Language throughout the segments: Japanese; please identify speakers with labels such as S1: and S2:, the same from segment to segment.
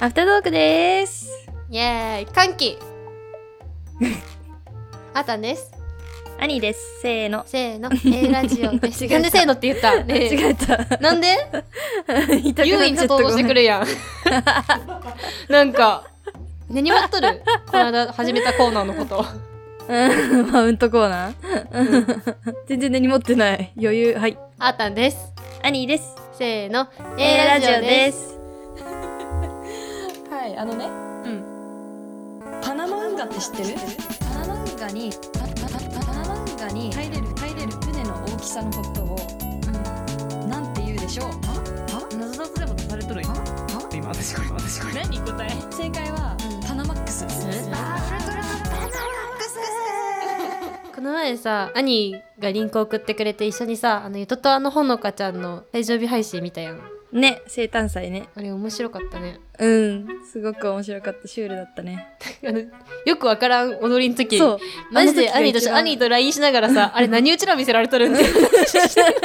S1: アフタートークです
S2: イエーイ歓喜 あたんです
S1: アニーですせーの
S2: せーの A ラジオえ
S1: 違えた
S2: なんでせーのって言ったねえ
S1: 間違えた
S2: なんで
S1: 言いたく
S2: 優位に
S1: なっち
S2: 立
S1: ゃ
S2: と
S1: っ
S2: う
S1: た
S2: としてくる やんなんか根に持っとるこの間始めたコーナーのこと
S1: ごめん うんマウントコーナー、全然何持ってない余裕はい
S2: あたんです
S1: アニーです
S2: せーの
S1: A ラジオですす
S3: はい、あのね、うん。パナマ運河って知ってる？パナマ運河にパパパパナマ運河に入れる入れる船の大きさのことを、なんて言うでしょう？謎謎でも出されとるよ。
S4: 今私これ私これ
S3: 何答え？正解は、パナマックス。
S2: この前さ兄がリンク送ってくれて一緒にさあのゆととあのほのかちゃんの誕生日配信見たやん
S1: ね生誕祭ね
S2: あれ面白かったね
S1: うんすごく面白かったシュールだったね
S2: あのよくわからん踊りの時
S1: そう
S2: マジで
S1: あの時が
S2: 兄と
S1: 一
S2: し
S1: 番
S2: 兄と LINE しながら さ、あれ何うちら見せられとるんって話してなんか、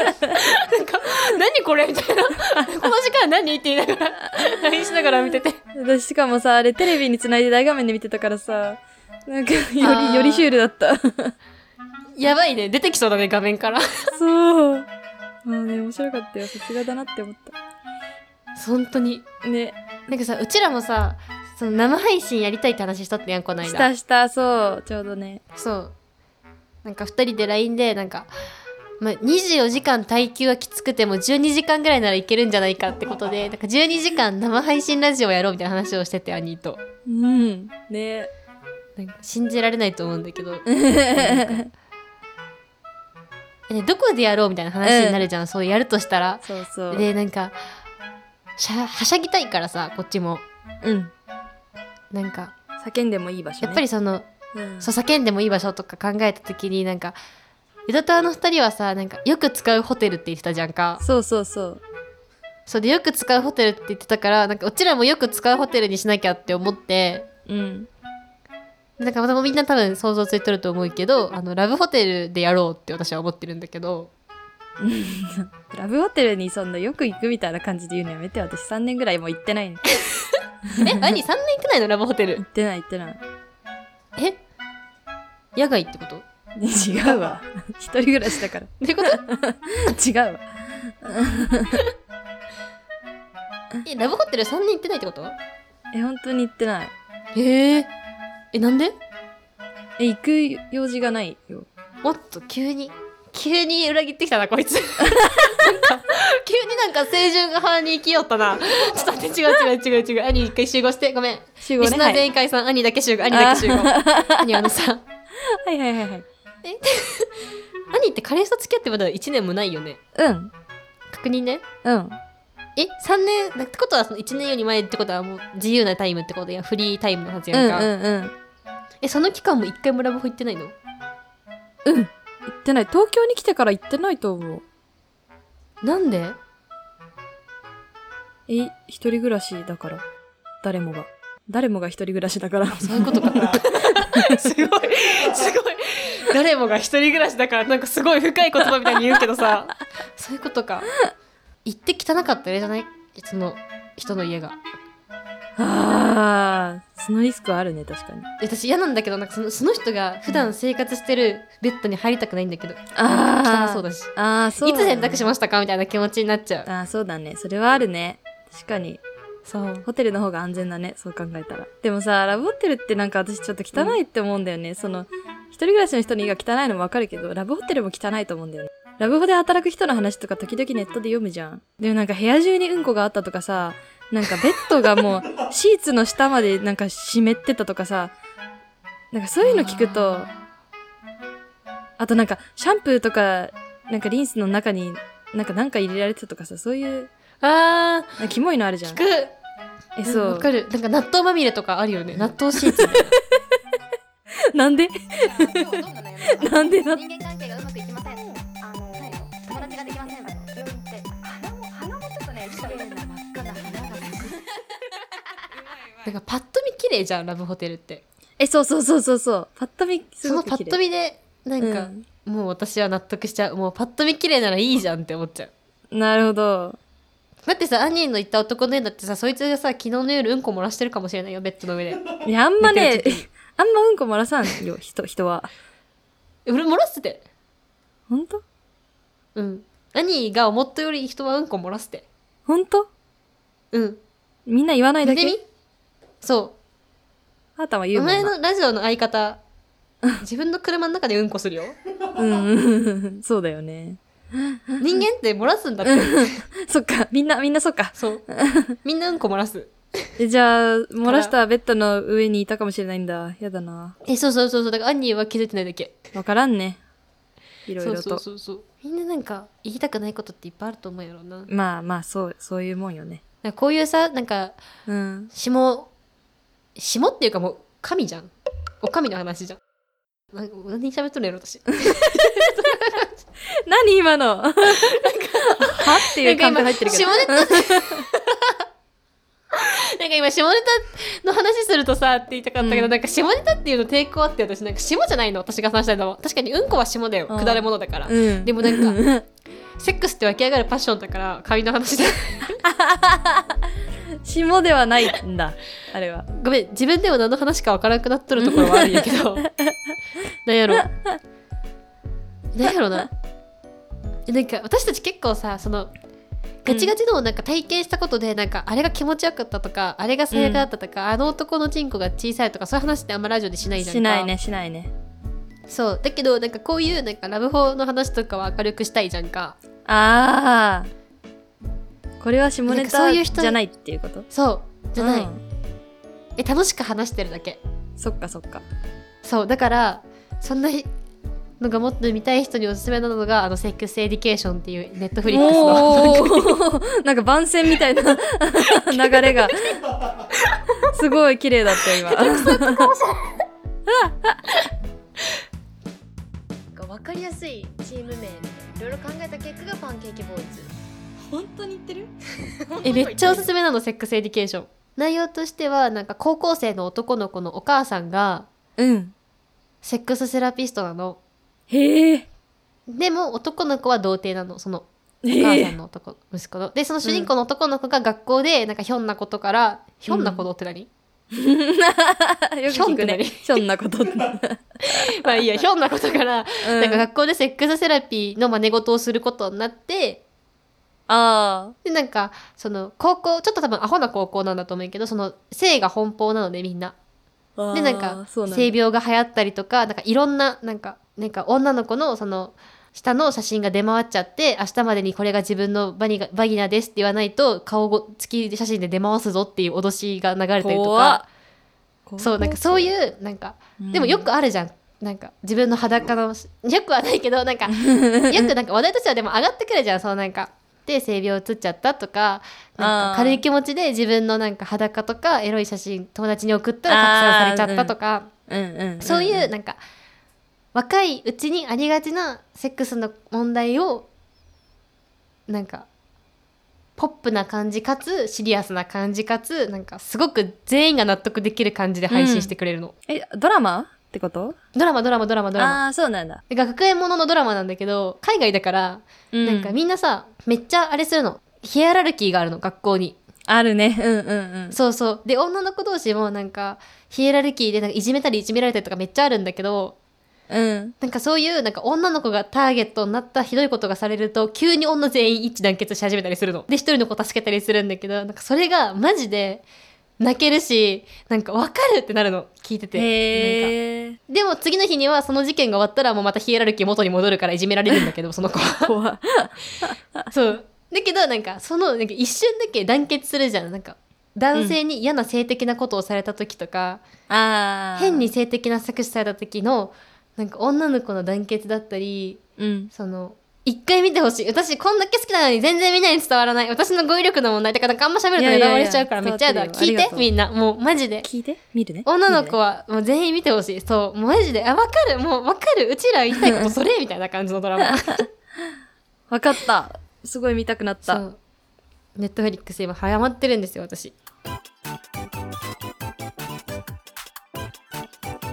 S2: 何これみた いな。この時間何って言いながら、LINE しながら見てて。
S1: 私しかもさあれテレビにつないで大画面で見てたからさなんかよ
S2: あー
S1: りよりシュールだった
S2: やばいね、出てきそうだね、画面から。
S1: そうまあね面白かったよさすがだなって思っ
S2: 本当に。
S1: たね
S2: なんかさ、うちらもさ、その生配信やりたいって話しとったやん、この間。
S1: したしたそうちょうどね
S2: そう。なんか二人で LINE で、なんか、まあ、24時間耐久はきつくても12時間ぐらいならいけるんじゃないかってことで、なんか12時間生配信ラジオやろうみたいな話をしてて、兄と。
S1: うんね
S2: なんか信じられないと思うんだけどなんかえどこでやろうみたいな話になるじゃん、そうやるとしたら
S1: そうそう
S2: でなんかしゃはしゃぎたいからさこっちも
S1: うん
S2: なんか
S1: 叫んでもいい場所、ね、
S2: やっぱり、その、
S1: うん、
S2: そう叫んでもいい場所とか考えた時になんかゆだとあの二人はさなんかよく使うホテルって言ってたじゃんか
S1: そうそうそう
S2: そうでよく使うホテルって言ってたからなんかうちらもよく使うホテルにしなきゃって思って
S1: うん
S2: なんかまたみんな多分想像ついとると思うけどあのラブホテルでやろうって私は思ってるんだけど
S1: ラブホテルにそんなよく行くみたいな感じで言うのやめて私3年ぐらいもう行ってない、ね、
S2: え、何 ?3 年行ってないのラブホテル
S1: 行。ってない行ってない
S2: え野外ってことっ
S1: 違う わ一人暮らしだから
S2: てこと
S1: 違うわ
S2: え、ラブホテル3年行ってないってこと
S1: え本当に行ってない
S2: へえ。え、なんで
S1: え行く用事がないよ
S2: おっと、急に。急に裏切ってきたな、こいつ。なんか急になんか清純派に生きよったな。ちょっと待って、違う違う違う違う。兄一回集合して。ごめん。
S1: 集
S2: リ
S1: 合
S2: ス
S1: ね
S2: ナ
S1: は
S2: ー全
S1: い
S2: 員解散。兄だけ集合。兄だけ集合。 兄あのさ、
S1: はいはいはいはい
S2: 兄って彼氏と付き合ってまだ1年もないよね。
S1: うん
S2: 確認ね。
S1: うん
S2: え、3年、なんてことはその1年より前ってことはもう自由なタイムってことや。フリータイムのはず
S1: う
S2: や
S1: ん
S2: ん
S1: う
S2: か。
S1: んうん行
S2: えその期間も一回もラブホ行ってないの
S1: ってない東京に来てから行ってないと思う
S2: なんで
S1: え一人暮らしだから誰もが誰もが一人暮らしだから
S2: そういうことか すごいすごい誰もが一人暮らしだからなんかすごい深い言葉みたいに言うけどさそういうことか行って汚かったねじゃないその人の家が
S1: あーそのリスクはあるね確かに
S2: 私嫌なんだけどなんかそのその人が普段生活してるベッドに入りたくないんだけど
S1: あー
S2: 汚そうだし
S1: ああそう
S2: い
S1: だ
S2: つ
S1: ね、
S2: 選択しましたかみたいな気持ちになっちゃう
S1: あーそうだねそれはあるね確かに
S2: そう
S1: ホテルの方が安全だねそう考えたらでもさラブホテルってなんか私ちょっと汚いって思うんだよね、その一人暮らしの人にが汚いのもわかるけどラブホテルも汚いと思うんだよねラブホで働く人の話とか時々ネットで読むじゃんでもなんか部屋中にうんこがあったとかさなんかベッドが もうシーツの下までなんか湿ってたとかさなんかそういうの聞くとあとなんかシャンプーとかなんかリンスの中になんかなんか入れられてたとかさそういう
S2: あ
S1: なんかキモいのあるじゃ
S2: ー
S1: ん
S2: 聞く
S1: えそ
S2: わ
S1: う
S2: かるなんか納豆まみれとかあるよね納豆シーツ
S1: なんでなんでな
S5: 人間関係がうまくいきません。あの、友達ができません。病院って鼻も鼻もちょっとね、綺麗な真っ赤な鼻が。
S2: なんかパッと見綺麗じゃんラブホテルって
S1: え、そうそうそうそうそう。パッと見、す
S2: そ
S1: ご
S2: の
S1: く
S2: パ
S1: 綺
S2: ッ
S1: 麗
S2: と見でなんか、もう私は納得しちゃうもうパッと見綺麗ならいいじゃんって思っちゃう
S1: うんなるほど。
S2: だってさアニーの言った男の絵だってさそいつがさ昨日の夜うんこ漏らしてるかもしれないよベッドの 上で
S1: いや、あんま
S2: 寝
S1: ね
S2: てる、
S1: あんまうんこ漏らさんよ、人、人は。
S2: 俺漏らしてて
S1: ほんと
S2: うんアニーが思ったより人はうんこ漏らして
S1: ほんと
S2: うん
S1: みんな言わないだ
S2: 寝
S1: け
S2: てみそ
S1: あーたんは
S2: う
S1: 言
S2: お
S1: うもん
S2: 前
S1: な。
S2: のラジオの相 方自分の車の中でうんこする よ
S1: うんうんうん、 そうだよね。
S2: 人間って漏らすんだって
S1: そっか、みんな、みんなそっか。
S2: そうみんなうんこ漏らす
S1: えじゃあ、漏らしたベッドの上にいたかもしれないんだ。やだな。
S2: えそうそうそうそうだからアニーは気づいてないだけ
S1: わからんね。いろいろと。
S2: そうそうそうそうみんななんか言いたくないことっていっぱいあると思うやろうななん
S1: まあまあ、そう、そういうもんよね。
S2: かこういうさなんか
S1: うん。
S2: 下下っていうかもう神じゃんお神の話じゃんな何喋っとるやろ私
S1: 何今の はっていう感覚入ってるけど。
S2: なんか今下ネタ なんか今下ネタの話するとさって言いたかったけど、
S1: うん
S2: なんか下ネタっていうの抵抗あって私なんか下じゃないの私が話したいのは確かにうんこは下だよ
S1: うん
S2: くだれ物だから、
S1: うん。
S2: でもなんかセックスって湧き上がるパッションだから髪の話だ
S1: 霜ではないん だ。あれは。
S2: ごめん自分でも何の話かわからなくなっとるところはあるんや けどなんやろなんやろなえなんか私たち結構さそのガチガチのをなんか体験したことで、なんかあれが気持ちよかったとかあれが最悪だったとか、あの男のチンコが小さいとかそういう話ってあんまラジオでしないじゃんか
S1: しないね、しないね。
S2: そうだけどなんかこういうなんかラブホの話とかは明るくしたいじゃんか
S1: ああ。これは下ネ
S2: なんかそういう
S1: タ
S2: 人
S1: じゃないっていうこと
S2: そうじゃない、
S1: うん
S2: え楽しく話してるだけ
S1: そっかそっか。
S2: そうだからそんなのがもっと見たい人におすすめなのがあのセックスエディケーションっていうネットフリックスの
S1: おー なんか番宣みたいな流れが。すごい綺麗だった今。
S6: が分かりやすいチーム名みたいないろいろ考えた結果がパンケーキボーイズ
S3: 本当に言ってる
S2: えめっちゃおすすめなのセックスエディケーション内容としてはなんか高校生の男の子のお母さんが
S1: うん。
S2: セックスセラピストなの
S1: へえ。
S2: でも男の子は童貞なのそのお母
S1: へ
S2: さん
S1: え。
S2: の男、息子のでその主人公の男の子が学校でなんかひょんなことから、ひょんなことって何
S1: よく聞くね。ひょんな ことって。
S2: まあいいやひょんなことから、
S1: うん
S2: なんか学校でセックスセラピーの真似事をすることになって
S1: あ
S2: でなんかその高校ちょっと多分アホな高校なんだと思うけどその性が奔放なのでみんな
S1: あ。
S2: でなん
S1: あー
S2: か
S1: そうなんだ
S2: 性病が流行ったりとかなんかいろんななんかなんか女の子のその下の写真が出回っちゃって明日までにこれが自分のバニがバギナですって言わないと顔ご付き写真で出回すぞっていう脅しが流れたりと
S1: 怖っ
S2: かそうなんかそういうなんか
S1: うん
S2: でもよくあるじゃん。なんか自分の裸のよくはないけど なんかよくなんか話題としてはでも上がってくるじゃんそうなんかで性病移っちゃったとかなん
S1: あー
S2: か軽い気持ちで自分のなんか裸とかエロい写真友達に送ったら拡散されちゃったとか、
S1: うんうんん
S2: そういうなんか若いうちにありがちなセックスの問題をなんかポップな感じかつシリアスな感じかつなんかすごく全員が納得できる感じで配信してくれるの、
S1: えドラマってこと
S2: ドラマドラマドラマドラマ
S1: ああーそうなんだ、
S2: なんか学園もののドラマなんだけど海外だから、
S1: うん、
S2: なんかみんなさめっちゃあれするのヒエラルキーがあるの学校に
S1: あるねうんうんうん
S2: そうそうで女の子同士もなんかヒエラルキーでなんかいじめたりいじめられたりとかめっちゃあるんだけど
S1: うん
S2: なんかそういうなんか女の子がターゲットになったひどいことがされると急に女全員一致団結し始めたりするので一人の子助けたりするんだけどなんかそれがマジで泣けるしなんかわかるってなるの聞いててなんか
S1: へえ
S2: でも次の日にはその事件が終わったらもうまたヒエラルキー元に戻るからいじめられるんだけどその 子は
S1: 怖っ
S2: そう。だけど、なんか、その、なんか一瞬だけ団結するじゃん。なんか、男性に嫌な性的なことをされた時とか、
S1: ああ
S2: 変に性的な搾取された時の、なんか女の子の団結だったり、
S1: うん
S2: その、一回見てほしい。私、こんだけ好きなのに全然みんなに伝わらない。私の語彙力の問題だから、なんかあんま喋ると
S1: いや
S2: ネ
S1: いやいや
S2: タバレしちゃうからめっちゃやだ。
S1: 伝わってるよ
S2: 聞い
S1: あり
S2: て
S1: が、とう
S2: みんな。もう、マジで。
S1: 聞いて見るね
S2: 女の子
S1: は
S2: はもう全員見てほしい。そう、もうマジで。あ、わかる。もうわかる。うちら言いたいことそれみたいな感じのド ラマ。
S1: わかったすごい見たくなっ
S2: そ
S1: た
S2: う。ネットフリックス今、早まってるんですよ、私。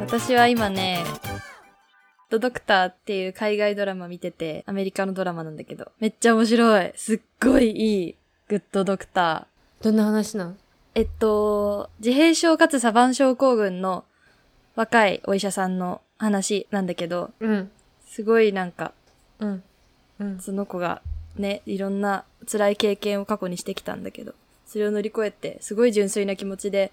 S1: 私は今ねドドクターっていう海外ドラマ見てて、アメリカのドラマなんだけど、めっちゃ面白い。すっごいいい。グッドドクター。
S2: どんな話なん
S1: えっと、自閉症かつサバン症候群の若いお医者さんの話なんだけど、
S2: うん
S1: すごいなんか、
S2: うんうん
S1: その子がね、いろんな辛い経験を過去にしてきたんだけど、それを乗り越えて、すごい純粋な気持ちで、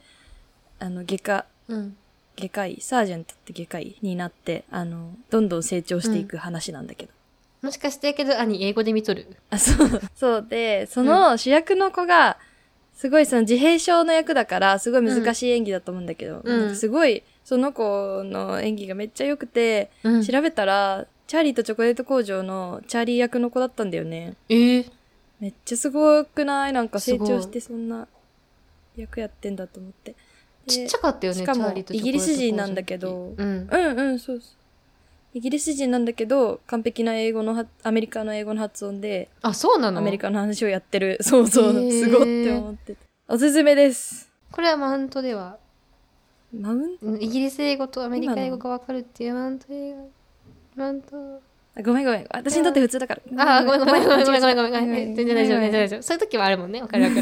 S1: あの、外科、
S2: うん
S1: 外科医、サージェントって外科医になって、あの、どんどん成長していく話なんだけど。
S2: もしかしてやけど兄英語で見とる
S1: あ、そう。そうで、その主役の子が、すごいその自閉症の役だから、すごい難しい演技だと思うんだけど、
S2: うん
S1: なんかすごい、その子の演技がめっちゃ良くて、
S2: うん
S1: 調べたら、チャーリーとチョコレート工場のチャーリー役の子だったんだよね。
S2: ええ
S1: めっちゃすごくないなんか成
S2: すご
S1: 長
S2: い
S1: してそんな役やってんだと思って。で
S2: ちっちゃかったよね
S1: しかも
S2: チャーリーとチョコレート
S1: イギリス人なんだけど
S2: 工場の時うん
S1: うんうん、そうそう。イギリス人なんだけど、完璧な英語のは、アメリカの英語の発音で、
S2: あそうなの
S1: アメリカの話をやってる。 そうそう、
S2: へー
S1: すごって思ってたおすすめです。
S2: これはマウントでは
S1: マウン
S2: うんイギリス英語とアメリカ英語
S1: 今
S2: がわかるっていうマウント映画マウント
S1: あごめんごめん。私にとって普通だから。
S2: あーごめんごめんごめんごめんごめんごめんご
S1: 間
S2: めんご
S1: 違えちゃ
S2: めん
S1: っ
S2: 全然
S1: た
S2: 大丈夫全然
S1: 間
S2: 大丈夫そういう時はあるもんねわかるわか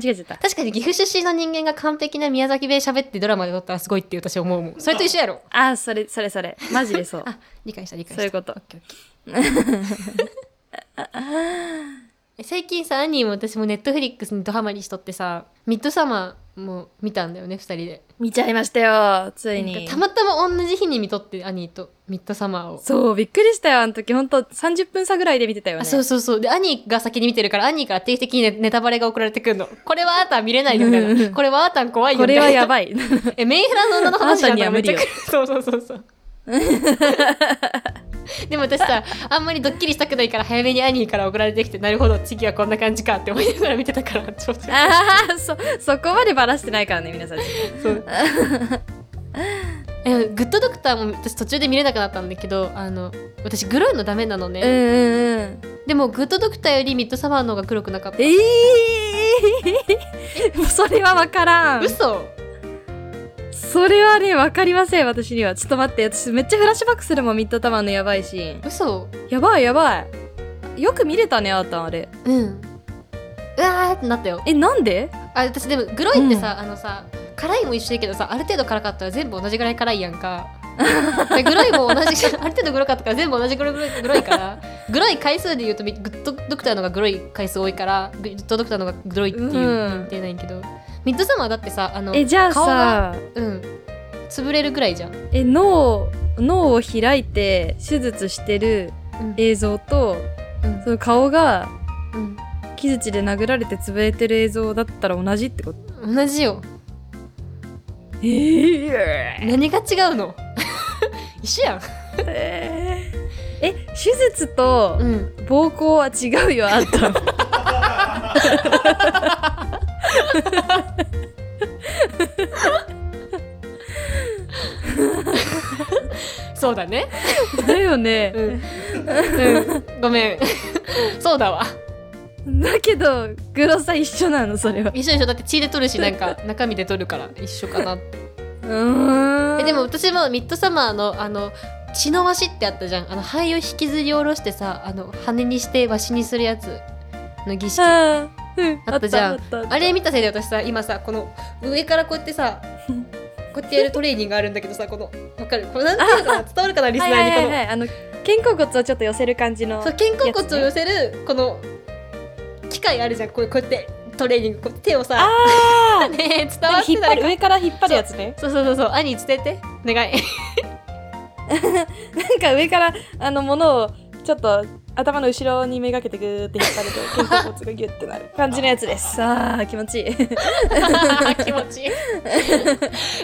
S1: 違
S2: る
S1: えちゃった。
S2: 確かに岐阜出身の人間が完璧な宮崎弁喋ってドラマで撮ったらすごいって私思うもんそれと一緒やろ
S1: あ、それ、それそれ。マジでそう。
S2: あ理解した理解し
S1: そ
S2: た
S1: ういうこと
S2: オッケーオッケー最近さ兄も私もネットフリックスにドハマりしとってさミッドサマーも見たんだよね2人で
S1: 見ちゃいましたよ、つい
S2: なん
S1: に
S2: かた。またま同じ日に見とって兄とミッドサマーを
S1: そう、びっくりしたよ、あの時。ほんと、30分差ぐらいで見てたよね。
S2: あそうそうそうで兄が先に見てるから兄から定期的にネネタバレが送られてくるのこれはあーたん見れないよみたいなこれはあーたん怖いよ
S1: こ
S2: みたい
S1: れ
S2: な
S1: はやばい。
S2: えメンヘラの女の話だ
S1: あなたには無理よ
S2: めっちゃ来るそうそうそう そうでも私さあんまりドッキリしたくないから早めに兄から送られてきてなるほど次はこんな感じかって思いながら見てたからちょうど
S1: ああ、 そ、そこまでばらしてないからね、皆さん。
S2: そう えグッドドクターも私途中で見れなくなったんだけどあの私グロいのダメなの
S1: うん
S2: ね、
S1: うんうん。
S2: でもグッドドクターよりミッドサマーの方が黒くなかった
S1: ええー、 それはわからん。
S2: 嘘
S1: それはね、わかりません、私には。ちょっと待って、私めっちゃフラッシュバックするもん、ミッドタマーのやばいシーン。
S2: 嘘
S1: やばいやばい。よく見れたね、あーたん、あれ。
S2: うんうわーってなったよ
S1: え、なんで
S2: あ私でもグロいってさ、あのさ辛いも一緒だけどさある程度辛かったら全部同じぐらい辛いやんか でグロいも同じ ある程度グロかったから全部同じぐらいグロいグロいからグロい回数で言うとみグッドドクターのがグロい回数多いからグッドドクターのがグロいっていう認定ないけど、ミッドサマーだってさあの
S1: え、じゃあ
S2: 顔が
S1: さ、
S2: うん潰れるぐらいじゃん
S1: え、脳、脳を開いて手術してる
S2: うん
S1: 映像と、
S2: うん
S1: その顔が
S2: うん
S1: 木槌で殴られて潰れてる映像だったら同じってこと
S2: 同じよ
S1: ええ
S2: 何が違うの 一緒やん
S1: え手術と
S2: うん
S1: 暴行は違うよ、あんた。
S2: そうだね
S1: だよね。
S2: うん、うん、 ごめんそうだわ
S1: だけどグロさ一緒なのそれは
S2: 一緒一緒だって血で取るしなんか中身で取るから一緒かな って
S1: うーん
S2: えでも私もミッドサマーのあの血のしってあったじゃんあの肺を引きずり下ろしてさあの羽にしてしにするやつの儀式あ
S1: あー、うん、
S2: あったじゃん
S1: あったあった
S2: れ見たせいで私さ今さこの上からこうやってさこうやってやるトレーニングあるんだけどさこのわかるこれなんていうのかな伝わるかなリスナ
S1: はいはいは
S2: ーに
S1: い
S2: こ
S1: はいあの肩甲骨をちょっと寄せる感じの
S2: のそう肩甲骨を寄せるこの機械あるじゃんこうこうやってトレーニングこう手をさ
S1: あ
S2: ねえ伝わ
S1: あ
S2: って
S1: 引った張
S2: ら
S1: る上から引っ張るやつね
S2: そうそうそうそう兄伝えてお 願い
S1: なんか上からあの物をちょっと頭の後ろにめがけてグーって引っ張ると 肩甲骨がギュッてなる感じのやつですあー気持ちい い
S2: 気持 ちいい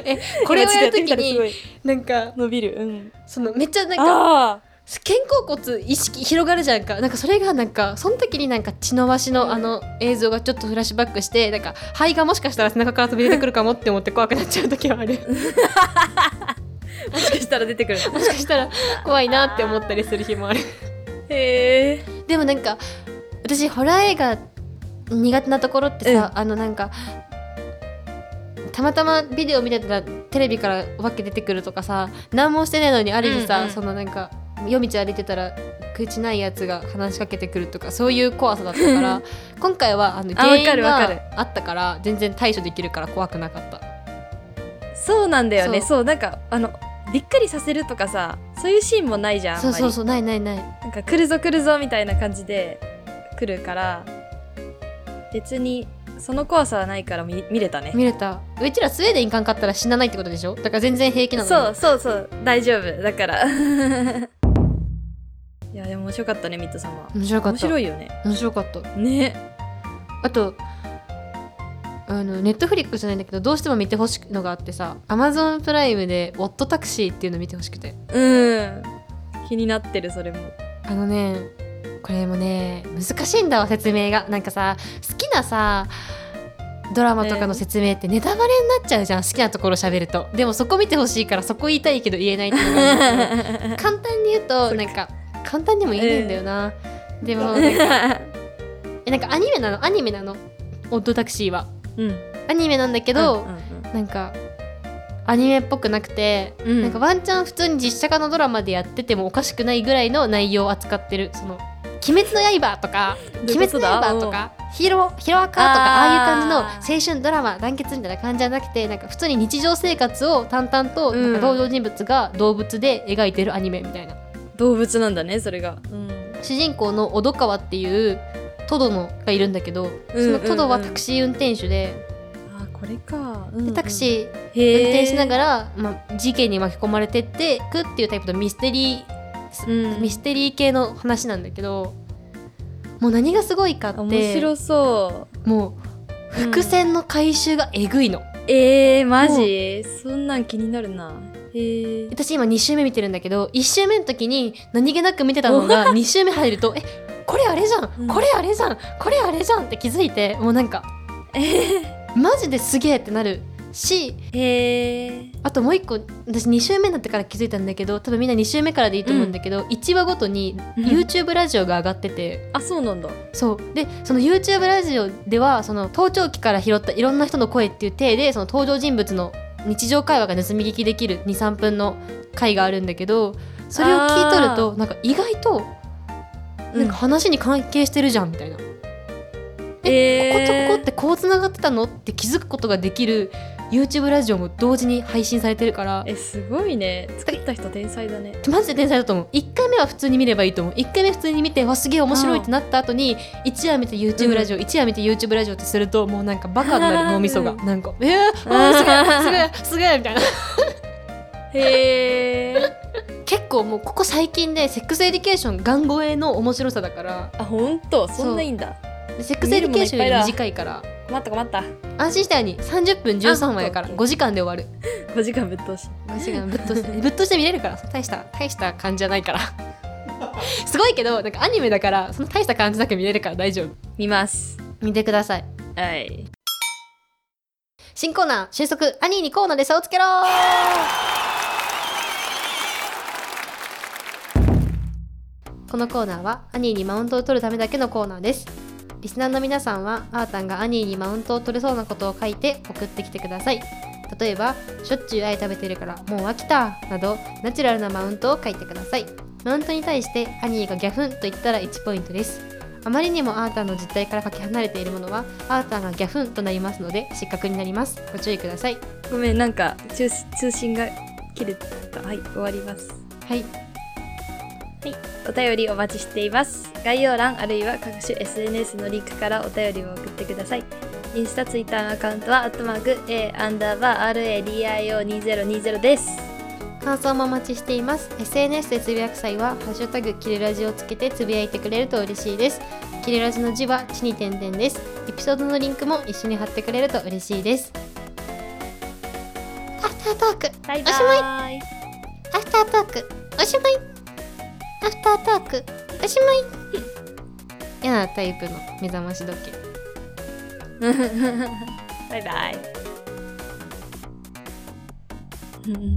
S2: えこれをやるとき
S1: 気持ちいいや
S2: に
S1: ってみたらす
S2: なん
S1: ご
S2: か
S1: い伸びるうん
S2: そのめっちゃなんか
S1: あ
S2: 肩甲骨意識広がるじゃんかなんかそれがなんかその時になんか血のばしのあの映像がちょっとフラッシュバックしてなんか肺がもしかしたら背中から飛び出てくるかもって思って怖くなっちゃう時はある
S1: あもしかしたら出てくる
S2: もしかしたら怖いなって思ったりする日もある
S1: へえ
S2: でもなんか私ホラー映画苦手なところってさ、あのなんかたまたまビデオ見てたらテレビからお化け出てくるとかさ何もしてないのにある日さ、
S1: うんうん
S2: そのなんか夜道歩いてたら口ないやつが話しかけてくるとかそういう怖さだったから今回はあの
S1: あ
S2: 原
S1: わか
S2: 因
S1: るわかる
S2: があったから全然対処できるから怖くなかった
S1: そうなんだよね
S2: そ
S1: そううなんかあのびっくりさせるとかさそういうシーンもないじゃんあん
S2: そ
S1: ま
S2: う
S1: り
S2: そうそうないないない
S1: なんか来るぞ来るぞみたいな感じで来るから別にその怖さはないから見見れたね
S2: 見れたうちらスウェーデン行かんかったら死なないってことでしょだから全然平気なの
S1: そ
S2: よ
S1: うそうそう大丈夫だから いやでも面白かったねミッド様
S2: 面白か
S1: 面
S2: った
S1: 白いよね
S2: 面白かった
S1: ね
S2: あとあのネットフリックスじゃないんだけどどうしても見てほしいのがあってさアマゾンプライムで「ウォットタクシー」っていうの見てほしくて
S1: うん気になってるそ れも
S2: あのねこれもね難しいんだわ説明がなんかさ好きなさドラマとかの説明ってネタバレになっちゃうじゃん好きなところ喋るとでもそこ見てほしいからそこ言いたいけど言えないっていうのがあるんだけど 簡単に言うと
S1: そっか
S2: なんか簡単にも言えないんだよな、でもなんかえなんかアニメなのアニメなの「オッドタクシーは」
S1: うん
S2: アニメなんだけど、
S1: うんうん
S2: なんかアニメっぽくなくて、
S1: うん
S2: なんかワンチャン普通に実写化のドラマでやっててもおかしくないぐらいの内容を扱ってるその「鬼滅の刃」とか「
S1: どう
S2: 鬼
S1: いうこ
S2: 滅
S1: と
S2: の
S1: だ
S2: 刃」とか「ヒロヒロアカ」とかああいう
S1: あー
S2: 感じの青春ドラマ団結みたいな感じじゃなくてなんか普通に日常生活を淡々と
S1: うん
S2: なんか登場人物が動物で描いてるアニメみたいな。
S1: 動物なんだねそれが、うん、
S2: 主人公の小戸川っていうトドのがいるんだけど、
S1: うんうんうん
S2: そのトドはタクシー運転手で,、
S1: あこれか、
S2: でタク
S1: ー
S2: シー
S1: 運
S2: 運転しなが
S1: ら、
S2: ら、まあ、事件に巻き込まれてってくっていうタイプのミステリー、
S1: うん、
S2: ミステリー系の話なんだけどもう何がすごいかって
S1: 面白そ
S2: もう伏線の回収がえぐいの、
S1: うえー、マジそんなん気になるなえー、
S2: 私今2週目見てるんだけど1週目の時に何気なく見てたのが 2週目入るとえこれあれじゃ
S1: うん
S2: んこれあれじゃんこれあれじゃんって気づいてもうなんかマジですげえってなるし
S1: えー、
S2: あともう一個私2週目になってから気づいたんだけど多分みんな2週目からでいいと思うんだけど、1話ごとに
S1: うん
S2: YouTube ラジオが上がってて、
S1: あそうなんだ
S2: そうでその YouTube ラジオではその盗聴器から拾ったいろんな人の声っていう体でその登場人物の日常会話が盗み聞きできる23分の回があるんだけどそれを聞いとるとなんか意外となんか話に関係してるじゃんみたいな。
S1: え
S2: ここと
S1: ー、
S2: ここってこうつながってたのって気づくことができる YouTube ラジオも同時に配信されてるから
S1: えすごいね作った人天才だね
S2: マジで天才だと思う1回目は普通に見ればいいと思う1回目普通に見てわすげえ面白いってなった後に1話見て YouTube ラジオ、一1話見て YouTube ラジオってするともうなんかバカにな
S1: う
S2: る
S1: ん
S2: 脳みそがなんか「えー、あーすげえすげえすげえ」みたいな
S1: へえ
S2: 結構もうここ最近でセックスエディケーションガン越えの面白さだから
S1: あ本当そんないいんだ
S2: でセックスエディケーションより短いから
S1: 待った待った
S2: 安心したように30分13話やから
S1: あそう
S2: 5時間で終わる
S1: 5時間ぶっ通し
S2: 私がぶっとして ぶっとして見れるから大した大した感じじゃないから すごいけどなんかアニメだからその大した感じだけ見れるから大丈夫
S1: 見ます
S2: 見てください
S1: はい
S2: 新コーナー収束アニーにコーナーで差をつけろーこのコーナーはアニーにマウントを取るためだけのコーナーですリスナーの皆さんはあーたんがアニーにマウントを取れそうなことを書いて送ってきてください例えばしょっちゅう愛食べてるからもう飽きたなどナチュラルなマウントを書いてくださいマウントに対してアニーがギャフンと言ったら1ポイントですあまりにもアーターの実態からかけ離れているものはアーターがギャフンとなりますので失格になりますご注意ください
S1: ごめんなんか通通信が切れたはい終わります
S2: はい
S1: お便りお待ちしています概要欄あるいは各種 SNS のリンクからお便りを送ってくださいインスタツイッターのアカウントはアットマーク A アンダーバー RADIO2020 です
S2: 感想もお待ちしています SNS でつぶやく際はハッシュタグキレラジをつけてつぶやいてくれると嬉しいですキレラジの字は地に点々ですエピソードのリンクも一緒に貼ってくれると嬉しいですアフタートーク
S1: バイ
S2: おしまい
S1: バイ
S2: アフタートークおしまいアフタートークおしまい嫌なタイプの目覚まし時計
S1: バイバイ